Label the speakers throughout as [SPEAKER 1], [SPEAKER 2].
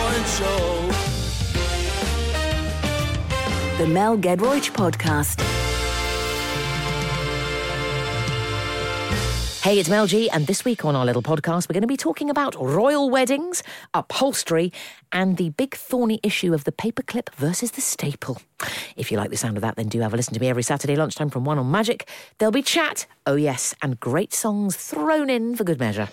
[SPEAKER 1] show.
[SPEAKER 2] The Mel Gedroych Podcast.
[SPEAKER 3] Hey, it's Mel G, and this week on our little podcast, we're going to be talking about royal weddings, upholstery, and the big thorny issue of the paperclip versus the staple. If you like the sound of that, then do have a listen to me every Saturday lunchtime from 1 on Magic. There'll be chat, oh yes, and great songs thrown in for good measure.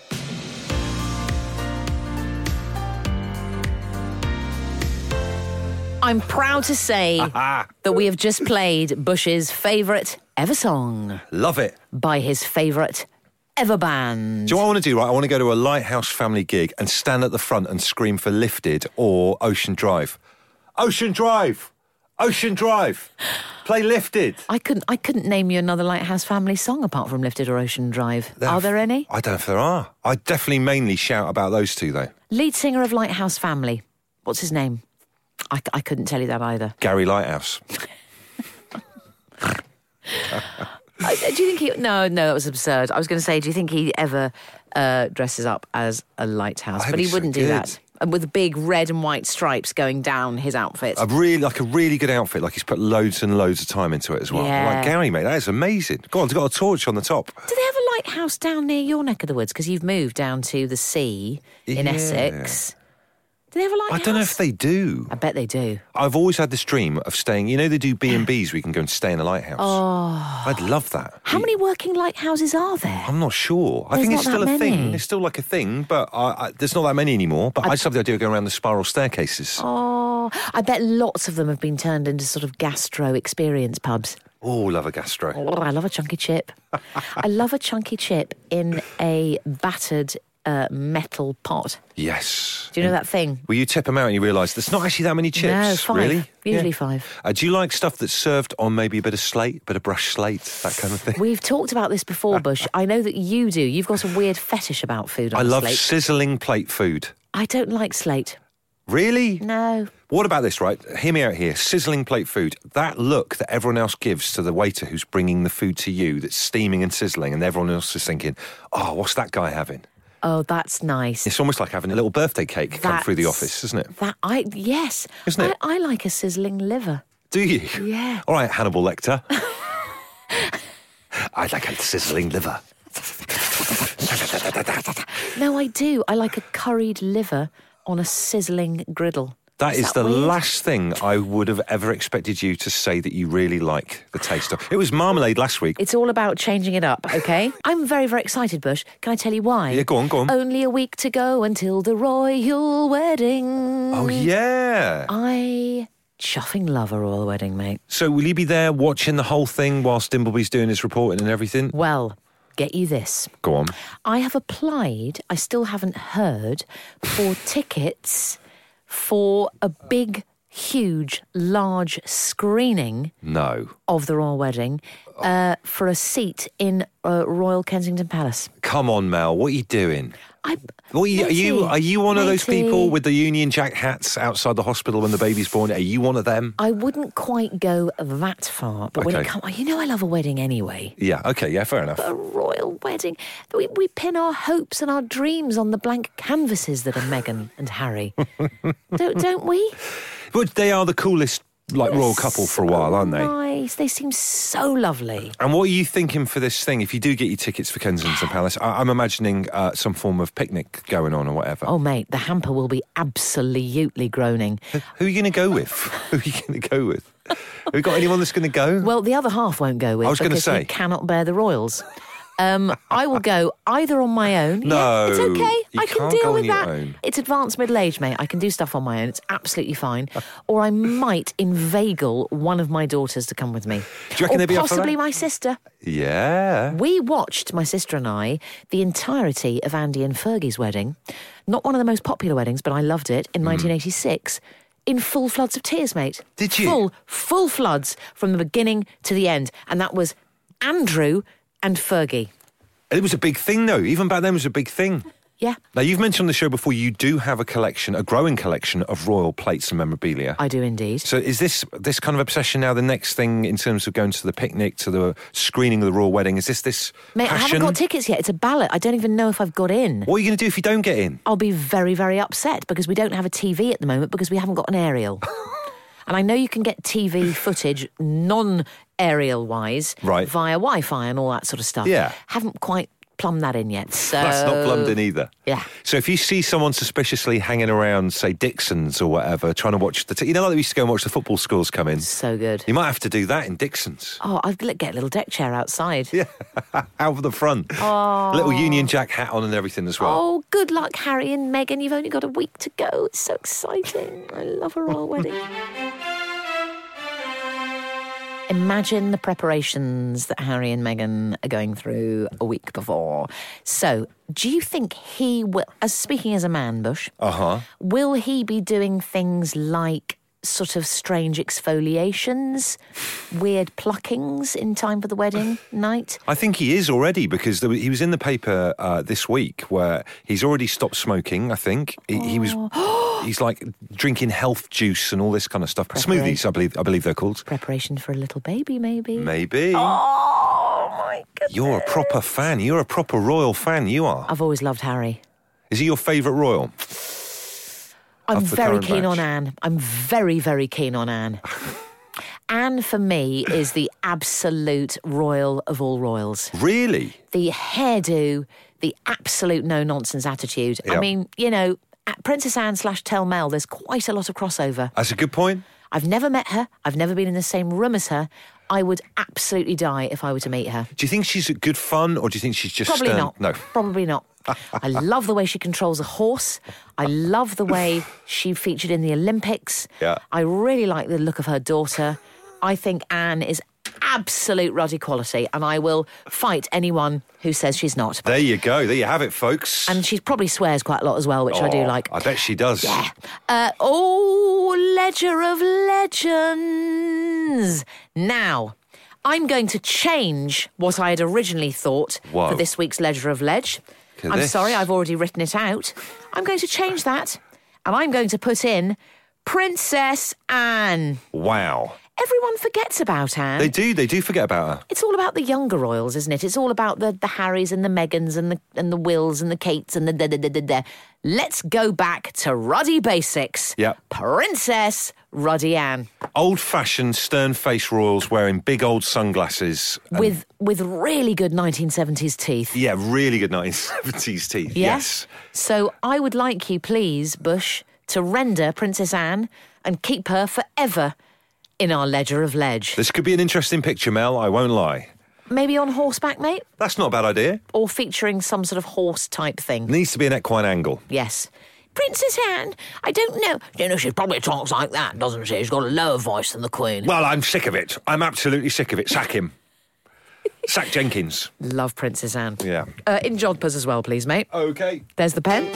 [SPEAKER 3] I'm proud to say that we have just played Bush's favourite ever song
[SPEAKER 1] Love it.
[SPEAKER 3] by his favourite ever band.
[SPEAKER 1] Do you know what I want to do? Right, I want to go to a Lighthouse Family gig and stand at the front and scream for Lifted or Ocean Drive. Ocean Drive, Ocean Drive. Play Lifted.
[SPEAKER 3] I couldn't. I couldn't name you another Lighthouse Family song apart from "Lifted" or "Ocean Drive." Are there any?
[SPEAKER 1] I don't know if there are. I definitely mainly shout about those two though.
[SPEAKER 3] Lead singer of Lighthouse Family. What's his name? I, c- I couldn't tell you that either.
[SPEAKER 1] Gary Lighthouse.
[SPEAKER 3] I- uh, do you think he? No, no, that was absurd. I was going to say, do you think he ever uh, dresses up as a lighthouse?
[SPEAKER 1] hope
[SPEAKER 3] but he
[SPEAKER 1] so
[SPEAKER 3] wouldn't do
[SPEAKER 1] good.
[SPEAKER 3] that. And with big red and white stripes going down his outfit.
[SPEAKER 1] A really like a really good outfit. Like he's put loads and loads of time into it as well.
[SPEAKER 3] Yeah.
[SPEAKER 1] Like Gary, mate, that is amazing. Go on, it's got a torch on the top.
[SPEAKER 3] Do they have a lighthouse down near your neck of the woods? Because you've moved down to the sea in
[SPEAKER 1] Yeah.
[SPEAKER 3] Essex. Do they have a
[SPEAKER 1] I
[SPEAKER 3] lighthouse?
[SPEAKER 1] don't know if they do.
[SPEAKER 3] I bet they do.
[SPEAKER 1] I've always had this dream of staying. You know, they do B and B's where you can go and stay in a lighthouse. Oh, I'd love that.
[SPEAKER 3] How many working lighthouses are there?
[SPEAKER 1] I'm not sure. I
[SPEAKER 3] There's
[SPEAKER 1] think it's
[SPEAKER 3] not that
[SPEAKER 1] still a thing.
[SPEAKER 3] many.
[SPEAKER 1] It's still like a thing, but I, I, there's not that many anymore. But I, just love the idea of going around the spiral staircases. Oh,
[SPEAKER 3] Oh, I bet lots of them have been turned into sort of gastro experience pubs.
[SPEAKER 1] love a gastro.
[SPEAKER 3] Oh, I love a chunky chip. I love a chunky chip in a battered uh, metal pot.
[SPEAKER 1] Yes.
[SPEAKER 3] Do you know that thing?
[SPEAKER 1] Well, you tip them out and you realise there's not actually that many chips.
[SPEAKER 3] No, five.
[SPEAKER 1] Really?
[SPEAKER 3] Usually five.
[SPEAKER 1] Uh, do you like stuff that's served on maybe a bit of slate, a bit of brushed slate, that kind of thing?
[SPEAKER 3] We've talked about this before, Bush. I know that you do. You've got a weird fetish about food. On
[SPEAKER 1] I love
[SPEAKER 3] slate.
[SPEAKER 1] sizzling plate food.
[SPEAKER 3] I don't like slate.
[SPEAKER 1] Really?
[SPEAKER 3] No.
[SPEAKER 1] What about this, right? Hear me out here. Sizzling plate food. That look that everyone else gives to the waiter who's bringing the food to you that's steaming and sizzling, and everyone else is thinking, oh, what's that guy having?
[SPEAKER 3] Oh, that's nice.
[SPEAKER 1] It's almost like having a little birthday cake come through the
[SPEAKER 3] That's-
[SPEAKER 1] office, isn't it?
[SPEAKER 3] That I yes.
[SPEAKER 1] Isn't it?
[SPEAKER 3] I, I like a sizzling liver.
[SPEAKER 1] Do you?
[SPEAKER 3] Yeah.
[SPEAKER 1] All right, Hannibal Lecter. I'd like a sizzling liver.
[SPEAKER 3] No, I do. I like a curried liver on a sizzling griddle.
[SPEAKER 1] That is,
[SPEAKER 3] that
[SPEAKER 1] the
[SPEAKER 3] weird?
[SPEAKER 1] last thing I would have ever expected you to say that you really like the taste of. It was marmalade last week.
[SPEAKER 3] It's all about changing it up, okay? I'm very, very excited, Bush. Can I tell you why?
[SPEAKER 1] Yeah, go on, go on.
[SPEAKER 3] Only a week to go until the royal wedding.
[SPEAKER 1] oh, yeah.
[SPEAKER 3] I chuffing love a royal wedding, mate.
[SPEAKER 1] So will you be there watching the whole thing whilst Dimbleby's doing his reporting and everything?
[SPEAKER 3] Well, get you this.
[SPEAKER 1] Go on.
[SPEAKER 3] I have applied, I still haven't heard, for tickets for a big, huge, large screening
[SPEAKER 1] No.
[SPEAKER 3] of the royal wedding
[SPEAKER 1] Oh.
[SPEAKER 3] uh, for a seat in uh, Royal Kensington Palace.
[SPEAKER 1] Come on, Mel. What are you doing?
[SPEAKER 3] I,
[SPEAKER 1] What are, you, are you?
[SPEAKER 3] Matey,
[SPEAKER 1] Are you one of those
[SPEAKER 3] matey,
[SPEAKER 1] people with the Union Jack hats outside the hospital when the baby's born? Are you one of them?
[SPEAKER 3] I wouldn't quite go that far, but when it
[SPEAKER 1] Okay.
[SPEAKER 3] comes, you know, I love a wedding anyway.
[SPEAKER 1] Yeah. Okay. Yeah. Fair enough.
[SPEAKER 3] A royal wedding. We, we pin our hopes and our dreams on the blank canvases that are Meghan and Harry. don't, don't we?
[SPEAKER 1] But they are the coolest, like royal couple for a while, aren't they?
[SPEAKER 3] Nice. They seem so lovely.
[SPEAKER 1] And what are you thinking for this thing? If you do get your tickets for Kensington Palace, I- I'm imagining uh, some form of picnic going on or whatever.
[SPEAKER 3] Oh, mate, the hamper will be absolutely groaning.
[SPEAKER 1] Who are you going to go with? Who are you going to go with? Have we got anyone that's going to go?
[SPEAKER 3] Well, the other half won't go with.
[SPEAKER 1] I was gonna
[SPEAKER 3] because he
[SPEAKER 1] say.
[SPEAKER 3] cannot bear the royals. Um, I will go either on my own. Yeah,
[SPEAKER 1] No,
[SPEAKER 3] it's okay.
[SPEAKER 1] you
[SPEAKER 3] I can
[SPEAKER 1] can't
[SPEAKER 3] deal
[SPEAKER 1] go on
[SPEAKER 3] with
[SPEAKER 1] your
[SPEAKER 3] that.
[SPEAKER 1] own.
[SPEAKER 3] It's advanced middle age, mate. I can do stuff on my own. It's absolutely fine. or I might inveigle one of my daughters to come with me.
[SPEAKER 1] you reckon
[SPEAKER 3] or
[SPEAKER 1] they'd be up for that?
[SPEAKER 3] possibly my sister.
[SPEAKER 1] yeah.
[SPEAKER 3] We watched, my sister and I, the entirety of Andy and Fergie's wedding. Not one of the most popular weddings, but I loved it
[SPEAKER 1] Mm.
[SPEAKER 3] in 1986. In full floods of tears, mate.
[SPEAKER 1] Did you?
[SPEAKER 3] Full, full floods from the beginning to the end. And that was Andrew and Fergie.
[SPEAKER 1] It was a big thing, though. Even back then, it was a big thing.
[SPEAKER 3] Yeah,
[SPEAKER 1] Now, you've mentioned on the show before you do have a collection, a growing collection of royal plates and memorabilia.
[SPEAKER 3] I do indeed.
[SPEAKER 1] so is this this kind of obsession now the next thing in terms of going to the picnic, to the screening of the royal wedding? Is this this
[SPEAKER 3] Mate, I
[SPEAKER 1] passion?
[SPEAKER 3] haven't got tickets yet. It's a ballot. I don't even know if I've got in.
[SPEAKER 1] what are you going to do if you don't get in?
[SPEAKER 3] I'll be very, very upset because we don't have a TV at the moment because we haven't got an aerial. and I know you can get TV footage non aerial wise
[SPEAKER 1] Right.
[SPEAKER 3] via Wi Fi and all that sort of stuff.
[SPEAKER 1] Yeah.
[SPEAKER 3] Haven't quite plumbed that in yet. So
[SPEAKER 1] That's not plumbed in either.
[SPEAKER 3] yeah.
[SPEAKER 1] So if you see someone suspiciously hanging around, say Dixon's or whatever, trying to watch the, t- you know, like we used to go and watch the football scores come in.
[SPEAKER 3] So good.
[SPEAKER 1] You might have to do that in Dixon's.
[SPEAKER 3] Oh, I'll get a little deck chair outside.
[SPEAKER 1] Yeah, out of the front, little Union Jack hat on and everything as well.
[SPEAKER 3] Oh, good luck, Harry and Meghan. You've only got a week to go. It's so exciting. I love a royal wedding. Imagine the preparations that Harry and Meghan are going through a week before. So, do you think he will, as speaking as a man, Bush,
[SPEAKER 1] Uh huh.
[SPEAKER 3] will he be doing things like sort of strange exfoliations, weird pluckings in time for the wedding night?
[SPEAKER 1] I think he is already because there was, he was in the paper uh, this week where he's already stopped smoking. I think he, he was.
[SPEAKER 3] Oh.
[SPEAKER 1] He's like drinking health juice and all this kind of stuff. Smoothies, I believe. I believe they're called.
[SPEAKER 3] Preparation for a little baby, maybe?
[SPEAKER 1] Maybe
[SPEAKER 3] Oh, my goodness.
[SPEAKER 1] you're a proper fan. You're a proper royal fan. You are.
[SPEAKER 3] I've always loved Harry.
[SPEAKER 1] Is he your favourite royal?
[SPEAKER 3] I'm
[SPEAKER 1] Of the
[SPEAKER 3] very
[SPEAKER 1] current
[SPEAKER 3] keen on
[SPEAKER 1] batch.
[SPEAKER 3] Anne. I'm very, very keen on Anne. Anne, for me, is the absolute royal of all royals.
[SPEAKER 1] Really?
[SPEAKER 3] The hairdo, the absolute no nonsense attitude. I
[SPEAKER 1] Yeah.
[SPEAKER 3] mean, you know, at Princess Anne slash Tell Mel, there's quite a lot of crossover.
[SPEAKER 1] That's a good point.
[SPEAKER 3] I've never met her, I've never been in the same room as her. I would absolutely die if I were to meet her.
[SPEAKER 1] Do you think she's good fun or do you think she's just
[SPEAKER 3] Probably
[SPEAKER 1] stern?
[SPEAKER 3] not.
[SPEAKER 1] No.
[SPEAKER 3] Probably not. I love the way she controls a horse. I love the way she featured in the Olympics.
[SPEAKER 1] Yeah.
[SPEAKER 3] I really like the look of her daughter. I think Anne is absolute Roddy quality, and I will fight anyone who says she's not.
[SPEAKER 1] There you go. There you have it, folks.
[SPEAKER 3] And she probably swears quite a lot as well, which I do
[SPEAKER 1] Oh,
[SPEAKER 3] like.
[SPEAKER 1] I bet she does.
[SPEAKER 3] Yeah. Uh, oh, Ledger of Legends. Now, I'm going to change what I had originally thought
[SPEAKER 1] Whoa.
[SPEAKER 3] for this week's Ledger of Ledge.
[SPEAKER 1] Look at
[SPEAKER 3] I'm
[SPEAKER 1] this.
[SPEAKER 3] sorry, I've already written it out. I'm going to change that, and I'm going to put in Princess Anne.
[SPEAKER 1] Wow.
[SPEAKER 3] Everyone forgets about Anne.
[SPEAKER 1] They do. They do forget about her.
[SPEAKER 3] It's all about the younger royals, isn't it? It's all about the, the Harrys and the Megans and the and the Wills and the Kates and the da da da da da. Let's go back to Ruddy Basics.
[SPEAKER 1] Yep.
[SPEAKER 3] Princess Ruddy Anne
[SPEAKER 1] Old fashioned, stern faced royals wearing big old sunglasses. and-
[SPEAKER 3] with with really good 1970s teeth.
[SPEAKER 1] yeah, really good 1970s teeth.
[SPEAKER 3] Yeah?
[SPEAKER 1] Yes.
[SPEAKER 3] So I would like you, please, Bush, to render Princess Anne and keep her forever in our ledger of ledge.
[SPEAKER 1] This could be an interesting picture, Mel, I won't lie.
[SPEAKER 3] Maybe on horseback, mate,
[SPEAKER 1] That's not a bad idea.
[SPEAKER 3] or featuring some sort of horse type thing.
[SPEAKER 1] Needs to be an equine angle.
[SPEAKER 3] Yes. Princess Anne, I don't know. You know, she probably talks like that, doesn't she? She's got a lower voice than the Queen.
[SPEAKER 1] Well, I'm sick of it. I'm absolutely sick of it. Sack him. Sack Jenkins.
[SPEAKER 3] Love Princess Anne.
[SPEAKER 1] Yeah.
[SPEAKER 3] Uh, in jodhpurs as well, please, mate.
[SPEAKER 1] Okay.
[SPEAKER 3] There's the pen.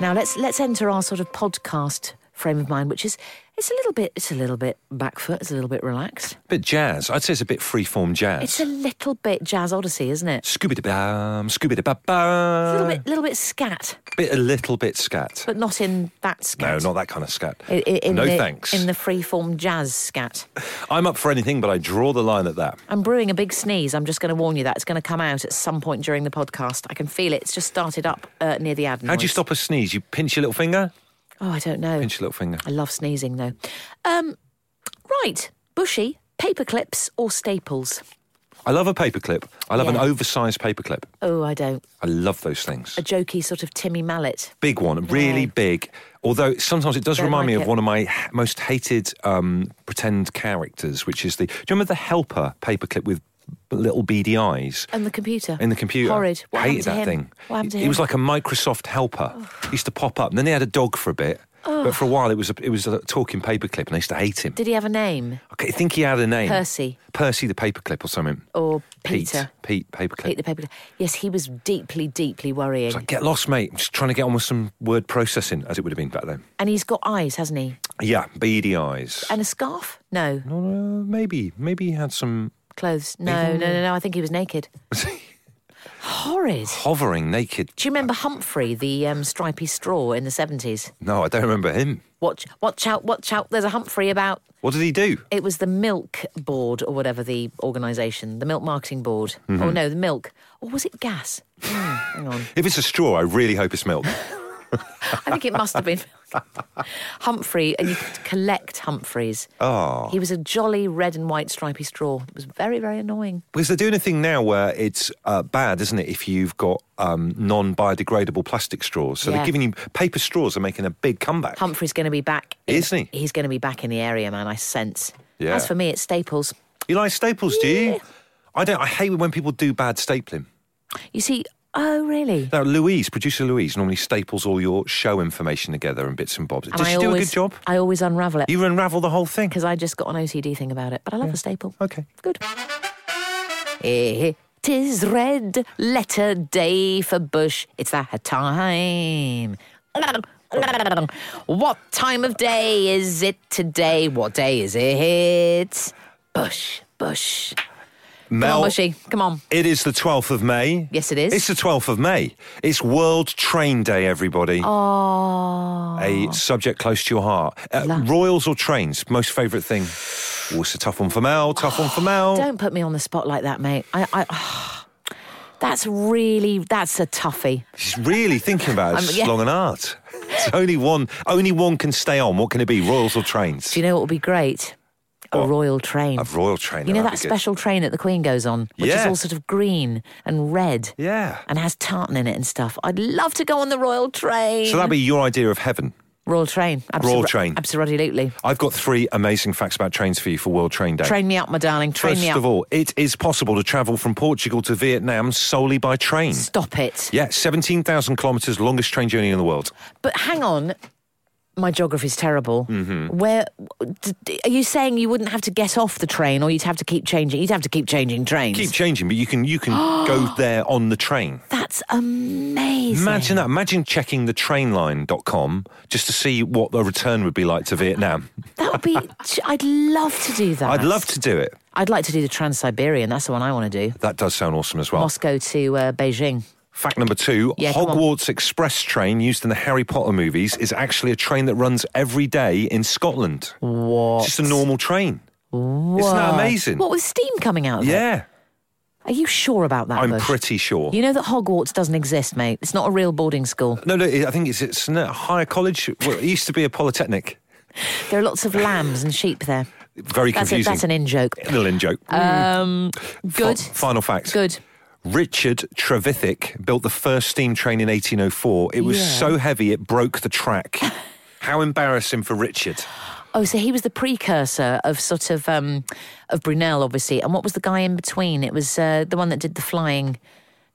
[SPEAKER 3] Now let's let's enter our sort of podcast frame of mind, which is it's a little bit it's a little bit back foot, it's a little bit relaxed,
[SPEAKER 1] Bit jazz. I'd say it's a bit freeform jazz.
[SPEAKER 3] it's a little bit jazz odyssey, isn't it?
[SPEAKER 1] Scooby da bam, Scooby da ba
[SPEAKER 3] A little
[SPEAKER 1] bam.
[SPEAKER 3] bit little bit scat,
[SPEAKER 1] bit, a little bit scat.
[SPEAKER 3] but not in that
[SPEAKER 1] No,
[SPEAKER 3] scat.
[SPEAKER 1] not that kind of scat.
[SPEAKER 3] I- I- In,
[SPEAKER 1] no
[SPEAKER 3] the,
[SPEAKER 1] thanks.
[SPEAKER 3] In the freeform jazz scat.
[SPEAKER 1] I'm up for anything, but I draw the line at that.
[SPEAKER 3] I'm brewing a big sneeze. I'm just going to warn you that it's going to come out at some point during the podcast. I can feel it. It's just started up uh, near the adenoids.
[SPEAKER 1] How do you stop a sneeze? You pinch your little finger?
[SPEAKER 3] Oh, I don't know.
[SPEAKER 1] Pinch your little finger.
[SPEAKER 3] I love sneezing though. Um, right, bushy paper clips or staples?
[SPEAKER 1] I love a paperclip. I love an
[SPEAKER 3] Yeah.
[SPEAKER 1] oversized paperclip.
[SPEAKER 3] Oh, I don't.
[SPEAKER 1] I love those things.
[SPEAKER 3] A jokey sort of Timmy Mallet.
[SPEAKER 1] Big one, really big. Although sometimes it does
[SPEAKER 3] Don't
[SPEAKER 1] remind me
[SPEAKER 3] like
[SPEAKER 1] of
[SPEAKER 3] it.
[SPEAKER 1] one of my h- most hated um, pretend characters, which is the. Do you remember the helper paperclip with little beady eyes?
[SPEAKER 3] And the computer.
[SPEAKER 1] in the computer.
[SPEAKER 3] Horrid. What happened
[SPEAKER 1] Hated
[SPEAKER 3] to
[SPEAKER 1] that
[SPEAKER 3] him?
[SPEAKER 1] thing.
[SPEAKER 3] What happened to
[SPEAKER 1] it
[SPEAKER 3] him?
[SPEAKER 1] was like a Microsoft helper. It used to pop up, and then he had a dog for a bit. But for a while, it was a, it was a talking paperclip, and I used to hate him.
[SPEAKER 3] Did he have a name?
[SPEAKER 1] Okay, I think he had a name.
[SPEAKER 3] Percy.
[SPEAKER 1] Percy the paperclip or something.
[SPEAKER 3] Or
[SPEAKER 1] Pete.
[SPEAKER 3] Peter?
[SPEAKER 1] Pete paperclip.
[SPEAKER 3] Pete the paper. Yes, he was deeply, deeply worrying.
[SPEAKER 1] It's like, get lost, mate. I'm just trying to get on with some word processing, as it would have been back then.
[SPEAKER 3] And he's got eyes, hasn't he?
[SPEAKER 1] Yeah, beady eyes.
[SPEAKER 3] And a scarf? No.
[SPEAKER 1] Uh, maybe, maybe he had some.
[SPEAKER 3] Clothes? No, no, no, no. I think he was naked. Horrid.
[SPEAKER 1] hovering naked.
[SPEAKER 3] Do you remember Humphrey, the um, stripy straw in the 70s?
[SPEAKER 1] No, I don't remember him.
[SPEAKER 3] Watch, watch out, watch out. There's a Humphrey about.
[SPEAKER 1] What did he do?
[SPEAKER 3] It was the Milk Board or whatever the organisation, the Milk Marketing Board.
[SPEAKER 1] Mm-hmm.
[SPEAKER 3] Oh, no, the Milk. Or was it gas? Hmm, hang on.
[SPEAKER 1] If it's a straw, I really hope it's milk.
[SPEAKER 3] I think it must have been Humphrey, and you could collect Humphreys.
[SPEAKER 1] Oh.
[SPEAKER 3] He was a jolly red and white stripy straw. It was very, very annoying.
[SPEAKER 1] Because they're doing a thing now where it's uh, bad, isn't it, if you've got um, non biodegradable plastic straws. So
[SPEAKER 3] Yeah.
[SPEAKER 1] they're giving you paper straws are making a big comeback.
[SPEAKER 3] Humphrey's going to be back. in-
[SPEAKER 1] Isn't he?
[SPEAKER 3] He's going to be back in the area, man. I sense.
[SPEAKER 1] Yeah.
[SPEAKER 3] As for me, it's Staples.
[SPEAKER 1] you like staples, do you? I don't. I hate when people do bad stapling.
[SPEAKER 3] You see, oh really?
[SPEAKER 1] Now, Louise, producer Louise, normally staples all your show information together and bits and bobs. Does
[SPEAKER 3] I
[SPEAKER 1] she do
[SPEAKER 3] always,
[SPEAKER 1] a good job?
[SPEAKER 3] I always unravel it
[SPEAKER 1] You unravel the whole thing.
[SPEAKER 3] because I just got an OCD thing about it. But I love a staple.
[SPEAKER 1] Okay.
[SPEAKER 3] Good. It is red letter day for Bush. It's that time. What time of day is it today? What day is it? Bush, Bush. Come on,
[SPEAKER 1] Mel,
[SPEAKER 3] Bushy. Come on.
[SPEAKER 1] it is the 12th of May.
[SPEAKER 3] Yes, it is.
[SPEAKER 1] It's the 12th of May. It's World Train Day, everybody.
[SPEAKER 3] Oh.
[SPEAKER 1] a subject close to your heart. Uh, royals or trains? Most favourite thing? Oh, it's a tough one for Mel. Tough one for Mel.
[SPEAKER 3] Don't put me on the spot like that, mate. I, I, that's really that's a toughie.
[SPEAKER 1] She's really thinking about it.
[SPEAKER 3] I'm-
[SPEAKER 1] It's
[SPEAKER 3] yeah.
[SPEAKER 1] long and hard. It's only one. Only one can stay on. What can it be? Royals or trains?
[SPEAKER 3] Do you know what would be great? A royal train.
[SPEAKER 1] A royal train.
[SPEAKER 3] you know
[SPEAKER 1] that'd
[SPEAKER 3] that
[SPEAKER 1] be good.
[SPEAKER 3] special train that the Queen goes on, which is
[SPEAKER 1] Yeah.
[SPEAKER 3] all sort of green and red
[SPEAKER 1] Yeah.
[SPEAKER 3] and has tartan in it and stuff. I'd love to go on the royal train.
[SPEAKER 1] So that'd be your idea of heaven.
[SPEAKER 3] royal train. Absolutely,
[SPEAKER 1] Royal train.
[SPEAKER 3] Absolutely.
[SPEAKER 1] I've got three amazing facts about trains for you for World Train Day.
[SPEAKER 3] Train me up, my darling. Train
[SPEAKER 1] First
[SPEAKER 3] me up.
[SPEAKER 1] of all, it is possible to travel from Portugal to Vietnam solely by train.
[SPEAKER 3] Stop it.
[SPEAKER 1] Yeah, 17,000 kilometres, longest train journey in the world.
[SPEAKER 3] But hang on. My geography's terrible. Mm-hmm. Where d- d- are you saying you wouldn't have to get off the train, or you'd have to keep changing? You'd have to keep changing trains.
[SPEAKER 1] Keep changing, but you can you can go there on the train.
[SPEAKER 3] That's amazing.
[SPEAKER 1] Imagine that. Imagine checking the trainline.com just to see what the return would be like to Vietnam.
[SPEAKER 3] That would be. I'd love to do that.
[SPEAKER 1] I'd love to do it.
[SPEAKER 3] I'd like to do the Trans Siberian. That's the one I want to do.
[SPEAKER 1] That does sound awesome as well.
[SPEAKER 3] Moscow to uh, Beijing.
[SPEAKER 1] Fact number two
[SPEAKER 3] Yeah, come on.
[SPEAKER 1] Hogwarts Express train used in the Harry Potter movies is actually a train that runs every day in Scotland.
[SPEAKER 3] What?
[SPEAKER 1] It's just a normal train. Isn't that amazing?
[SPEAKER 3] What with steam coming out of it?
[SPEAKER 1] yeah,
[SPEAKER 3] Are you sure about that?
[SPEAKER 1] I'm
[SPEAKER 3] Bush?
[SPEAKER 1] pretty sure.
[SPEAKER 3] You know that Hogwarts doesn't exist, mate. It's not a real boarding school.
[SPEAKER 1] No, no, I think it's, it's a higher college. Well, it used to be a polytechnic.
[SPEAKER 3] There are lots of lambs and sheep there.
[SPEAKER 1] Very
[SPEAKER 3] That's it.
[SPEAKER 1] confusing.
[SPEAKER 3] That's an in joke.
[SPEAKER 1] Little in joke.
[SPEAKER 3] Um, good.
[SPEAKER 1] Fi- final fact.
[SPEAKER 3] Good.
[SPEAKER 1] Richard Trevithick built the first steam train in 1804. It was
[SPEAKER 3] Yeah.
[SPEAKER 1] so heavy it broke the track. How embarrassing for Richard.
[SPEAKER 3] Oh, so he was the precursor of sort of um, of Brunel, obviously. And what was the guy in between? It was uh, the one that did the flying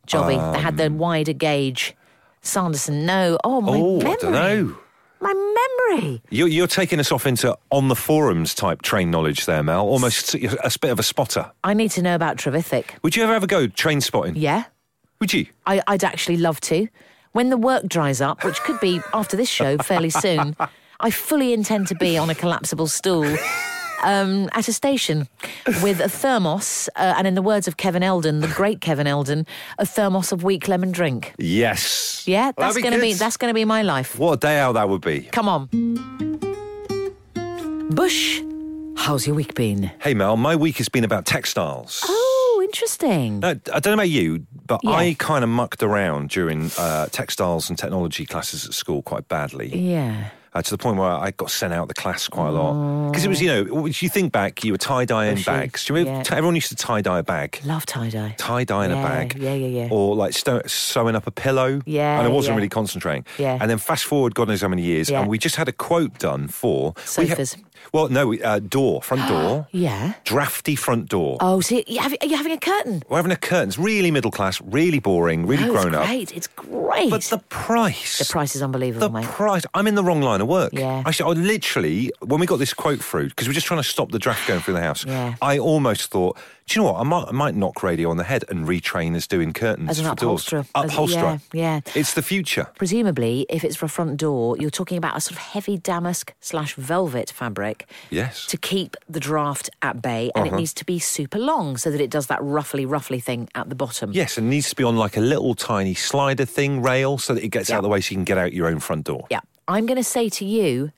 [SPEAKER 3] jobby that had the wider gauge. Sanderson, no. Oh, my
[SPEAKER 1] Um, oh,
[SPEAKER 3] memory.
[SPEAKER 1] I don't know.
[SPEAKER 3] My memory.
[SPEAKER 1] You're, you're taking us off into on the forums type train knowledge there, Mel. Almost a, a bit of a spotter.
[SPEAKER 3] I need to know about Trevithick.
[SPEAKER 1] Would you ever ever go train spotting?
[SPEAKER 3] Yeah,
[SPEAKER 1] Would you?
[SPEAKER 3] I, I'd actually love to. When the work dries up, which could be after this show fairly soon, I fully intend to be on a collapsible stool. Um, at a station with a thermos, uh, and in the words of Kevin Eldon, the great Kevin Eldon, a thermos of weak lemon drink.
[SPEAKER 1] Yes.
[SPEAKER 3] Yeah,
[SPEAKER 1] Well,
[SPEAKER 3] that's
[SPEAKER 1] that'd
[SPEAKER 3] gonna be
[SPEAKER 1] good.
[SPEAKER 3] that's gonna be my life.
[SPEAKER 1] What a day out that would be.
[SPEAKER 3] Come on, Bush. How's your week been?
[SPEAKER 1] Hey, Mel, my week has been about textiles.
[SPEAKER 3] Oh, interesting.
[SPEAKER 1] No, I don't know about you, but
[SPEAKER 3] Yeah.
[SPEAKER 1] I kind of mucked around during uh, textiles and technology classes at school quite badly,
[SPEAKER 3] Yeah.
[SPEAKER 1] uh, to the point where I got sent out of the class quite a lot. Because it was, you know, if you think back, you were tie dyeing
[SPEAKER 3] Bushy,
[SPEAKER 1] bags. Do you remember,
[SPEAKER 3] Oh. yeah.
[SPEAKER 1] t- everyone used to tie dye a bag.
[SPEAKER 3] Love tie dye.
[SPEAKER 1] Tie dye in
[SPEAKER 3] Yeah,
[SPEAKER 1] a bag,
[SPEAKER 3] yeah, yeah, yeah.
[SPEAKER 1] or like sto- sewing up a pillow.
[SPEAKER 3] Yeah,
[SPEAKER 1] and I wasn't
[SPEAKER 3] yeah.
[SPEAKER 1] really concentrating.
[SPEAKER 3] Yeah.
[SPEAKER 1] and then fast forward, God knows how many years,
[SPEAKER 3] Yeah.
[SPEAKER 1] and we just had a quote done for we ha-
[SPEAKER 3] Sofas.
[SPEAKER 1] well, no, we- uh, door, front door,
[SPEAKER 3] Yeah.
[SPEAKER 1] drafty front door.
[SPEAKER 3] Oh, so you have, are you having a curtain?
[SPEAKER 1] We're having a curtains, really middle class, really boring, really
[SPEAKER 3] Oh,
[SPEAKER 1] grown
[SPEAKER 3] it's
[SPEAKER 1] up.
[SPEAKER 3] great. It's great.
[SPEAKER 1] But the price.
[SPEAKER 3] the price is
[SPEAKER 1] The
[SPEAKER 3] unbelievable, mate.
[SPEAKER 1] price. I'm in the wrong line to work.
[SPEAKER 3] Yeah.
[SPEAKER 1] I, should, I literally, when we got this quote through, because we we're just trying to stop the draft going through the house,
[SPEAKER 3] Yeah.
[SPEAKER 1] I almost thought, do you know what? I might, I might knock radio on the head and retrain as doing curtains
[SPEAKER 3] As an
[SPEAKER 1] for doors.
[SPEAKER 3] upholsterer. As-
[SPEAKER 1] Upholsterer.
[SPEAKER 3] yeah, yeah.
[SPEAKER 1] It's the future.
[SPEAKER 3] Presumably, if it's for a front door, you're talking about a sort of heavy damask slash velvet fabric.
[SPEAKER 1] Yes. Uh-huh.
[SPEAKER 3] To keep the draft at bay, and it needs to be super long so that it does that ruffly, ruffly thing at the bottom.
[SPEAKER 1] Yes, and it needs to be on like a little tiny slider thing rail so that it gets out of the way so you can get out your own front door.
[SPEAKER 3] Yeah. I'm going to say to you,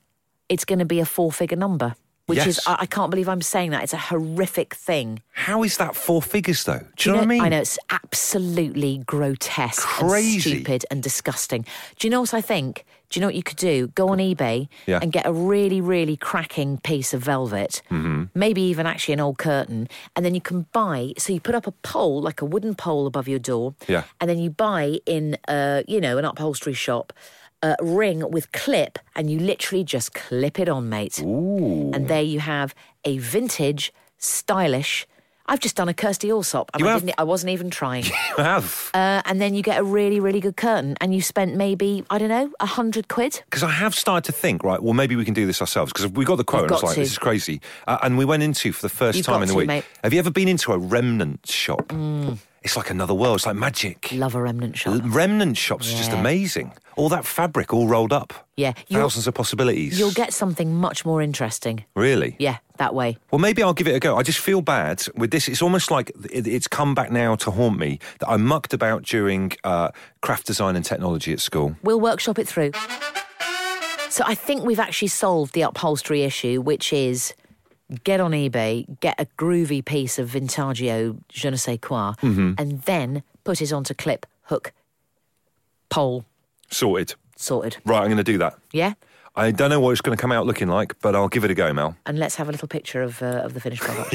[SPEAKER 3] it's going to be a four figure number, which is,
[SPEAKER 1] Yes.
[SPEAKER 3] I, I can't believe I'm saying that. It's a horrific thing.
[SPEAKER 1] How is that four figures though? Do you, know, what I mean?
[SPEAKER 3] I know it's absolutely grotesque, and
[SPEAKER 1] Crazy.
[SPEAKER 3] stupid, and disgusting. Do you know what I think? Do you know what you could do? Go on eBay
[SPEAKER 1] Yeah.
[SPEAKER 3] and get a really, really cracking piece of velvet,
[SPEAKER 1] Mm-hmm.
[SPEAKER 3] maybe even actually an old curtain, and then you can buy. So you put up a pole, like a wooden pole above your door,
[SPEAKER 1] Yeah.
[SPEAKER 3] and then you buy in, uh, you know, an upholstery shop. A ring with clip, and you literally just clip it on, mate. And there you have a vintage, stylish. I've just done a Kirsty Allsop. and
[SPEAKER 1] You
[SPEAKER 3] I,
[SPEAKER 1] have?
[SPEAKER 3] didn't, I wasn't even trying.
[SPEAKER 1] You have.
[SPEAKER 3] uh, and then you get a really, really good curtain, and you spent maybe I don't know a hundred quid.
[SPEAKER 1] Because I have started to think, right, well, maybe we can do this ourselves. Because we got the quote, and
[SPEAKER 3] You've
[SPEAKER 1] I was
[SPEAKER 3] got
[SPEAKER 1] like,
[SPEAKER 3] to.
[SPEAKER 1] this is crazy. Uh, and we went into for the 1st
[SPEAKER 3] You've
[SPEAKER 1] time
[SPEAKER 3] got
[SPEAKER 1] in the
[SPEAKER 3] to,
[SPEAKER 1] week.
[SPEAKER 3] mate. Mm.
[SPEAKER 1] Have you ever been into a remnant shop? It's like another world. It's like magic.
[SPEAKER 3] Love a remnant shop.
[SPEAKER 1] Remnant shops is just
[SPEAKER 3] Yeah.
[SPEAKER 1] amazing. All that fabric all rolled up.
[SPEAKER 3] Yeah, you'll-
[SPEAKER 1] Thousands of possibilities.
[SPEAKER 3] You'll get something much more interesting.
[SPEAKER 1] Really?
[SPEAKER 3] Yeah, that way.
[SPEAKER 1] Well, maybe I'll give it a go. I just feel bad with this. It's almost like it, it's come back now to haunt me that I mucked about during uh, craft design and technology at school.
[SPEAKER 3] We'll workshop it through. So I think we've actually solved the upholstery issue, which is get on eBay, get a groovy piece of Vintagio je ne sais quoi,
[SPEAKER 1] Mm-hmm.
[SPEAKER 3] and then put it onto clip, hook, pole,
[SPEAKER 1] Sorted.
[SPEAKER 3] sorted.
[SPEAKER 1] Right, I'm going to do that.
[SPEAKER 3] Yeah?
[SPEAKER 1] I don't know what it's going to come out looking like, but I'll give it a go, Mel.
[SPEAKER 3] And let's have a little picture of, uh, of the finished product.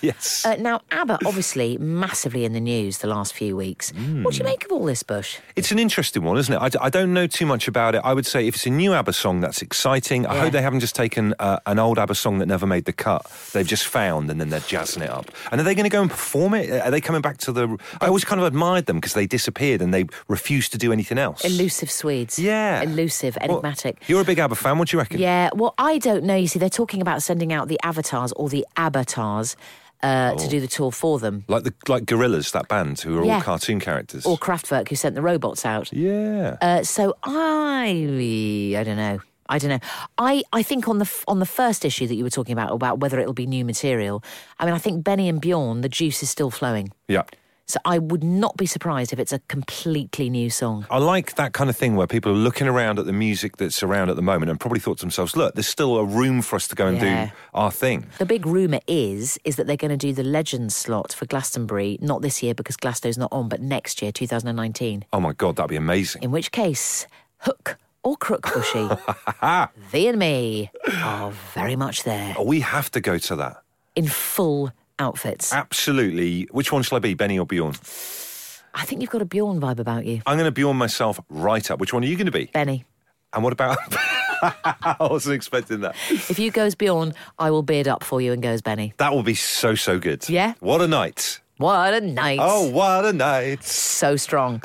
[SPEAKER 1] yes.
[SPEAKER 3] uh, now, ABBA, obviously, massively in the news the last few weeks. What do
[SPEAKER 1] Hmm.
[SPEAKER 3] you make of all this, Bush?
[SPEAKER 1] It's an interesting one, isn't it? I, d- I don't know too much about it. I would say if it's a new ABBA song, that's exciting. I
[SPEAKER 3] Yeah.
[SPEAKER 1] hope they haven't just taken uh, an old ABBA song that never made the cut. They've just found and then they're jazzing it up. And are they going to go and perform it? Are they coming back to the. I always kind of admired them because they disappeared and they refused to do anything else.
[SPEAKER 3] Elusive Swedes.
[SPEAKER 1] Yeah.
[SPEAKER 3] Elusive,
[SPEAKER 1] Well,
[SPEAKER 3] enigmatic.
[SPEAKER 1] you're a big ABBA fan. What do you reckon?
[SPEAKER 3] Yeah, well, I don't know. You see, they're talking about sending out the avatars or the avatars uh,
[SPEAKER 1] Oh.
[SPEAKER 3] to do the tour for them.
[SPEAKER 1] Like the like Gorillas, that band who are all
[SPEAKER 3] Yeah.
[SPEAKER 1] cartoon characters.
[SPEAKER 3] Or Kraftwerk, who sent the robots out.
[SPEAKER 1] yeah.
[SPEAKER 3] Uh, so I, I don't know. I don't know. I, I think on the f- on the first issue that you were talking about about whether it'll be new material. I mean, I think Benny and Bjorn, the juice is still flowing.
[SPEAKER 1] yeah.
[SPEAKER 3] So I would not be surprised if it's a completely new song.
[SPEAKER 1] I like that kind of thing where people are looking around at the music that's around at the moment and probably thought to themselves, look, there's still a room for us to go and
[SPEAKER 3] Yeah.
[SPEAKER 1] do our thing.
[SPEAKER 3] The big rumor is is that they're going to do the Legends slot for Glastonbury, not this year because Glaston's not on, but next year, 2019.
[SPEAKER 1] Oh my God, that'd be amazing.
[SPEAKER 3] In which case, Hook or Crook Bushy, thee and me are very much there
[SPEAKER 1] We have to go to that.
[SPEAKER 3] in full outfits.
[SPEAKER 1] Absolutely. Which one shall I be, Benny or Bjorn?
[SPEAKER 3] I think you've got a Bjorn vibe about you,
[SPEAKER 1] I'm going to Bjorn myself right up. Which one are you going to be?
[SPEAKER 3] Benny.
[SPEAKER 1] And what about. I wasn't expecting that.
[SPEAKER 3] If you go as Bjorn, I will beard up for you and go as Benny.
[SPEAKER 1] That will be so, so good.
[SPEAKER 3] Yeah?
[SPEAKER 1] What a night.
[SPEAKER 3] What a night!
[SPEAKER 1] Oh, what a night.
[SPEAKER 3] so strong.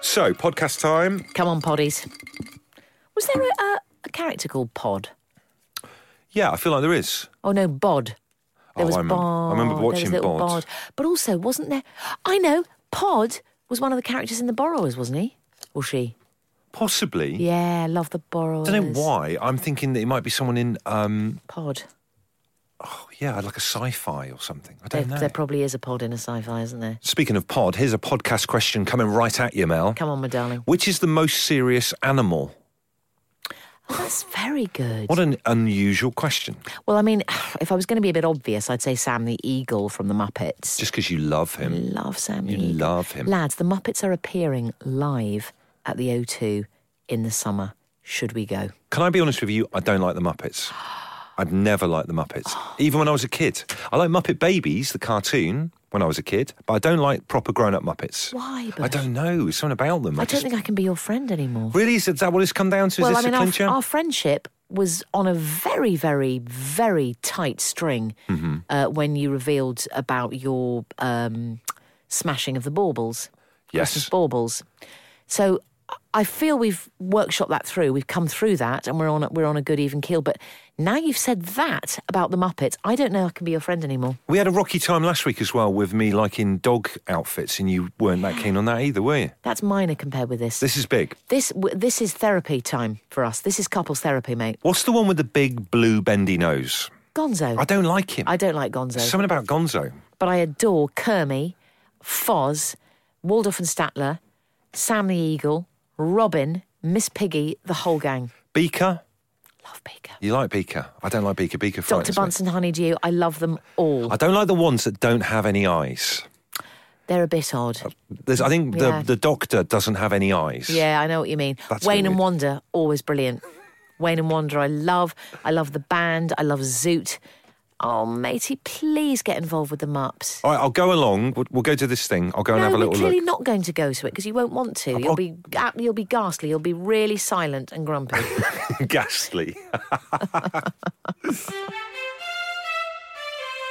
[SPEAKER 1] So, podcast time.
[SPEAKER 3] Come on, poddies. Was there a, a, a character called Pod?
[SPEAKER 1] Yeah, I feel like there is.
[SPEAKER 3] Oh no, Bod. There
[SPEAKER 1] Oh,
[SPEAKER 3] was
[SPEAKER 1] I remember- I
[SPEAKER 3] Bod.
[SPEAKER 1] remember watching
[SPEAKER 3] there was little
[SPEAKER 1] Bod.
[SPEAKER 3] But also, wasn't there? I know Pod was one of the characters in the Borrowers, wasn't he? Or she?
[SPEAKER 1] Possibly.
[SPEAKER 3] Yeah, love the Borrowers.
[SPEAKER 1] I don't know why. I'm thinking that it might be someone in, um,
[SPEAKER 3] Pod.
[SPEAKER 1] yeah, like a sci-fi or something. I
[SPEAKER 3] There,
[SPEAKER 1] don't know.
[SPEAKER 3] there probably is a pod in a sci-fi, isn't there?
[SPEAKER 1] Speaking of pod, here's a podcast question coming right at you, Mel.
[SPEAKER 3] Come on, my darling.
[SPEAKER 1] Which is the most serious animal?
[SPEAKER 3] Oh, that's very good.
[SPEAKER 1] What an unusual question.
[SPEAKER 3] Well, I mean, if I was going to be a bit obvious, I'd say Sam the Eagle from the Muppets.
[SPEAKER 1] Just because you love him.
[SPEAKER 3] love Sam the
[SPEAKER 1] You
[SPEAKER 3] Eagle.
[SPEAKER 1] love him.
[SPEAKER 3] Lads, the Muppets are appearing live at the O2 in the summer. Should we go?
[SPEAKER 1] Can I be honest with you? I don't like the Muppets. I'd never liked the Muppets, even when I was a kid. I like Muppet Babies, the cartoon, when I was a kid, but I don't like proper grown-up Muppets.
[SPEAKER 3] Why,
[SPEAKER 1] I
[SPEAKER 3] Bush?
[SPEAKER 1] don't know. There's something about them.
[SPEAKER 3] I,
[SPEAKER 1] I,
[SPEAKER 3] don't
[SPEAKER 1] just
[SPEAKER 3] think I can be your friend anymore.
[SPEAKER 1] really is that what it's come down to?
[SPEAKER 3] well,
[SPEAKER 1] is
[SPEAKER 3] I
[SPEAKER 1] this
[SPEAKER 3] mean,
[SPEAKER 1] a
[SPEAKER 3] our,
[SPEAKER 1] clincher?
[SPEAKER 3] our friendship was on a very, very, very tight string
[SPEAKER 1] Mm-hmm.
[SPEAKER 3] uh, when you revealed about your um, smashing of the baubles,
[SPEAKER 1] Yes.
[SPEAKER 3] Christmas baubles. So I feel we've workshopped that through. We've come through that, and we're on a, we're on a good even keel. But now you've said that about the Muppets, I don't know I can be your friend anymore.
[SPEAKER 1] We had a rocky time last week as well with me liking dog outfits, and you weren't that keen on that either, were you?
[SPEAKER 3] That's minor compared with this.
[SPEAKER 1] This is big.
[SPEAKER 3] This w- this is therapy time for us. This is couples therapy, mate.
[SPEAKER 1] What's the one with the big blue bendy nose?
[SPEAKER 3] Gonzo.
[SPEAKER 1] I don't like him.
[SPEAKER 3] I don't like Gonzo,
[SPEAKER 1] Something about Gonzo.
[SPEAKER 3] but I adore Kermie, Foz, Waldorf and Statler, Sam the Eagle, Robin, Miss Piggy, the whole gang.
[SPEAKER 1] Beaker.
[SPEAKER 3] Love Baker.
[SPEAKER 1] You like Beaker? I don't like Beaker. Beaker frightens
[SPEAKER 3] Dr.
[SPEAKER 1] me.
[SPEAKER 3] Bunsen Honeydew, I love them all.
[SPEAKER 1] I don't like the ones that don't have any eyes.
[SPEAKER 3] They're a bit odd.
[SPEAKER 1] Oh. There's, I think the,
[SPEAKER 3] Yeah.
[SPEAKER 1] the doctor doesn't have any eyes.
[SPEAKER 3] Yeah, I know what you mean.
[SPEAKER 1] That's
[SPEAKER 3] Wayne and
[SPEAKER 1] weird.
[SPEAKER 3] Wonder, always brilliant. Wayne and Wonder, I love. I love the band. I love Zoot. Oh, matey, please get involved with the Mups.
[SPEAKER 1] All right, I'll go along. We'll, we'll go to this thing. I'll go and
[SPEAKER 3] no,
[SPEAKER 1] have a
[SPEAKER 3] we're
[SPEAKER 1] little
[SPEAKER 3] clearly
[SPEAKER 1] look.
[SPEAKER 3] not going to go to it because you won't want to. You'll
[SPEAKER 1] I'll-
[SPEAKER 3] be ap- you'll be ghastly. You'll be really silent and grumpy.
[SPEAKER 1] Ghastly.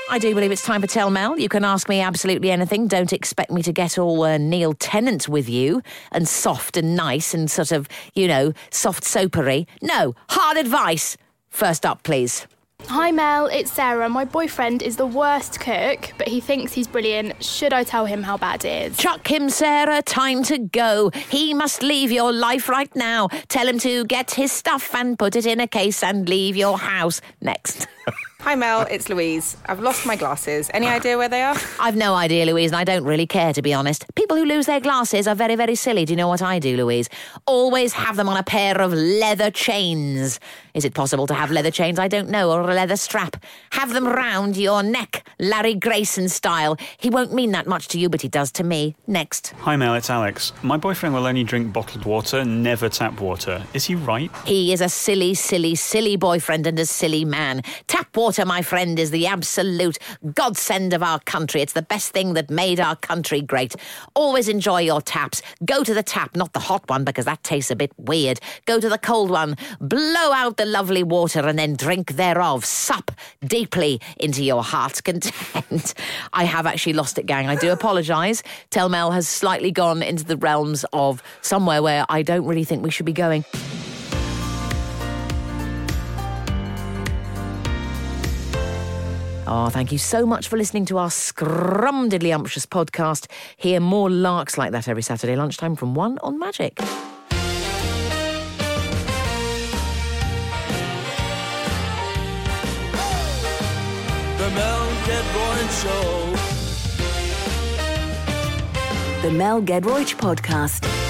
[SPEAKER 3] I do believe it's time for Tell Mel. You can ask me absolutely anything. Don't expect me to get all uh, Neil Tennant with you and soft and nice and sort of, you know, soft soapery. No, hard advice. First up, please.
[SPEAKER 4] Hi Mel, it's Sarah. My boyfriend is the worst cook, but he thinks he's brilliant. Should I tell him how bad it is?
[SPEAKER 3] Chuck him, Sarah. Time to go. He must leave your life right now. Tell him to get his stuff and put it in a case and leave your house. Next.
[SPEAKER 5] Hi Mel, it's Louise. I've lost my glasses. Any idea where they are?
[SPEAKER 3] I've no idea, Louise, and I don't really care, to be honest. People who lose their glasses are very, very silly. Do you know what I do, Louise? Always have them on a pair of leather chains. Is it possible to have leather chains? I don't know, or a leather strap. Have them round your neck, Larry Grayson style. He won't mean that much to you, but he does to me. Next.
[SPEAKER 6] Hi Mel, it's Alex. My boyfriend will only drink bottled water, never tap water. Is he right?
[SPEAKER 3] He is a silly, silly, silly boyfriend and a silly man. Tap water, my friend, is the absolute godsend of our country. It's the best thing that made our country great. Always enjoy your taps. Go to the tap, not the hot one, because that tastes a bit weird. Go to the cold one. Blow out the lovely water and then drink thereof. Sup deeply into your heart's content. I have actually lost it, gang. I do apologise. Telmel has slightly gone into the realms of somewhere where I don't really think we should be going. Oh, thank you so much for listening to our scrumdiddlyumptious podcast. Hear more larks like that every Saturday lunchtime from 1 on Magic.
[SPEAKER 7] The Mel Gedroyd Show.
[SPEAKER 2] The Mel Gedroych Podcast.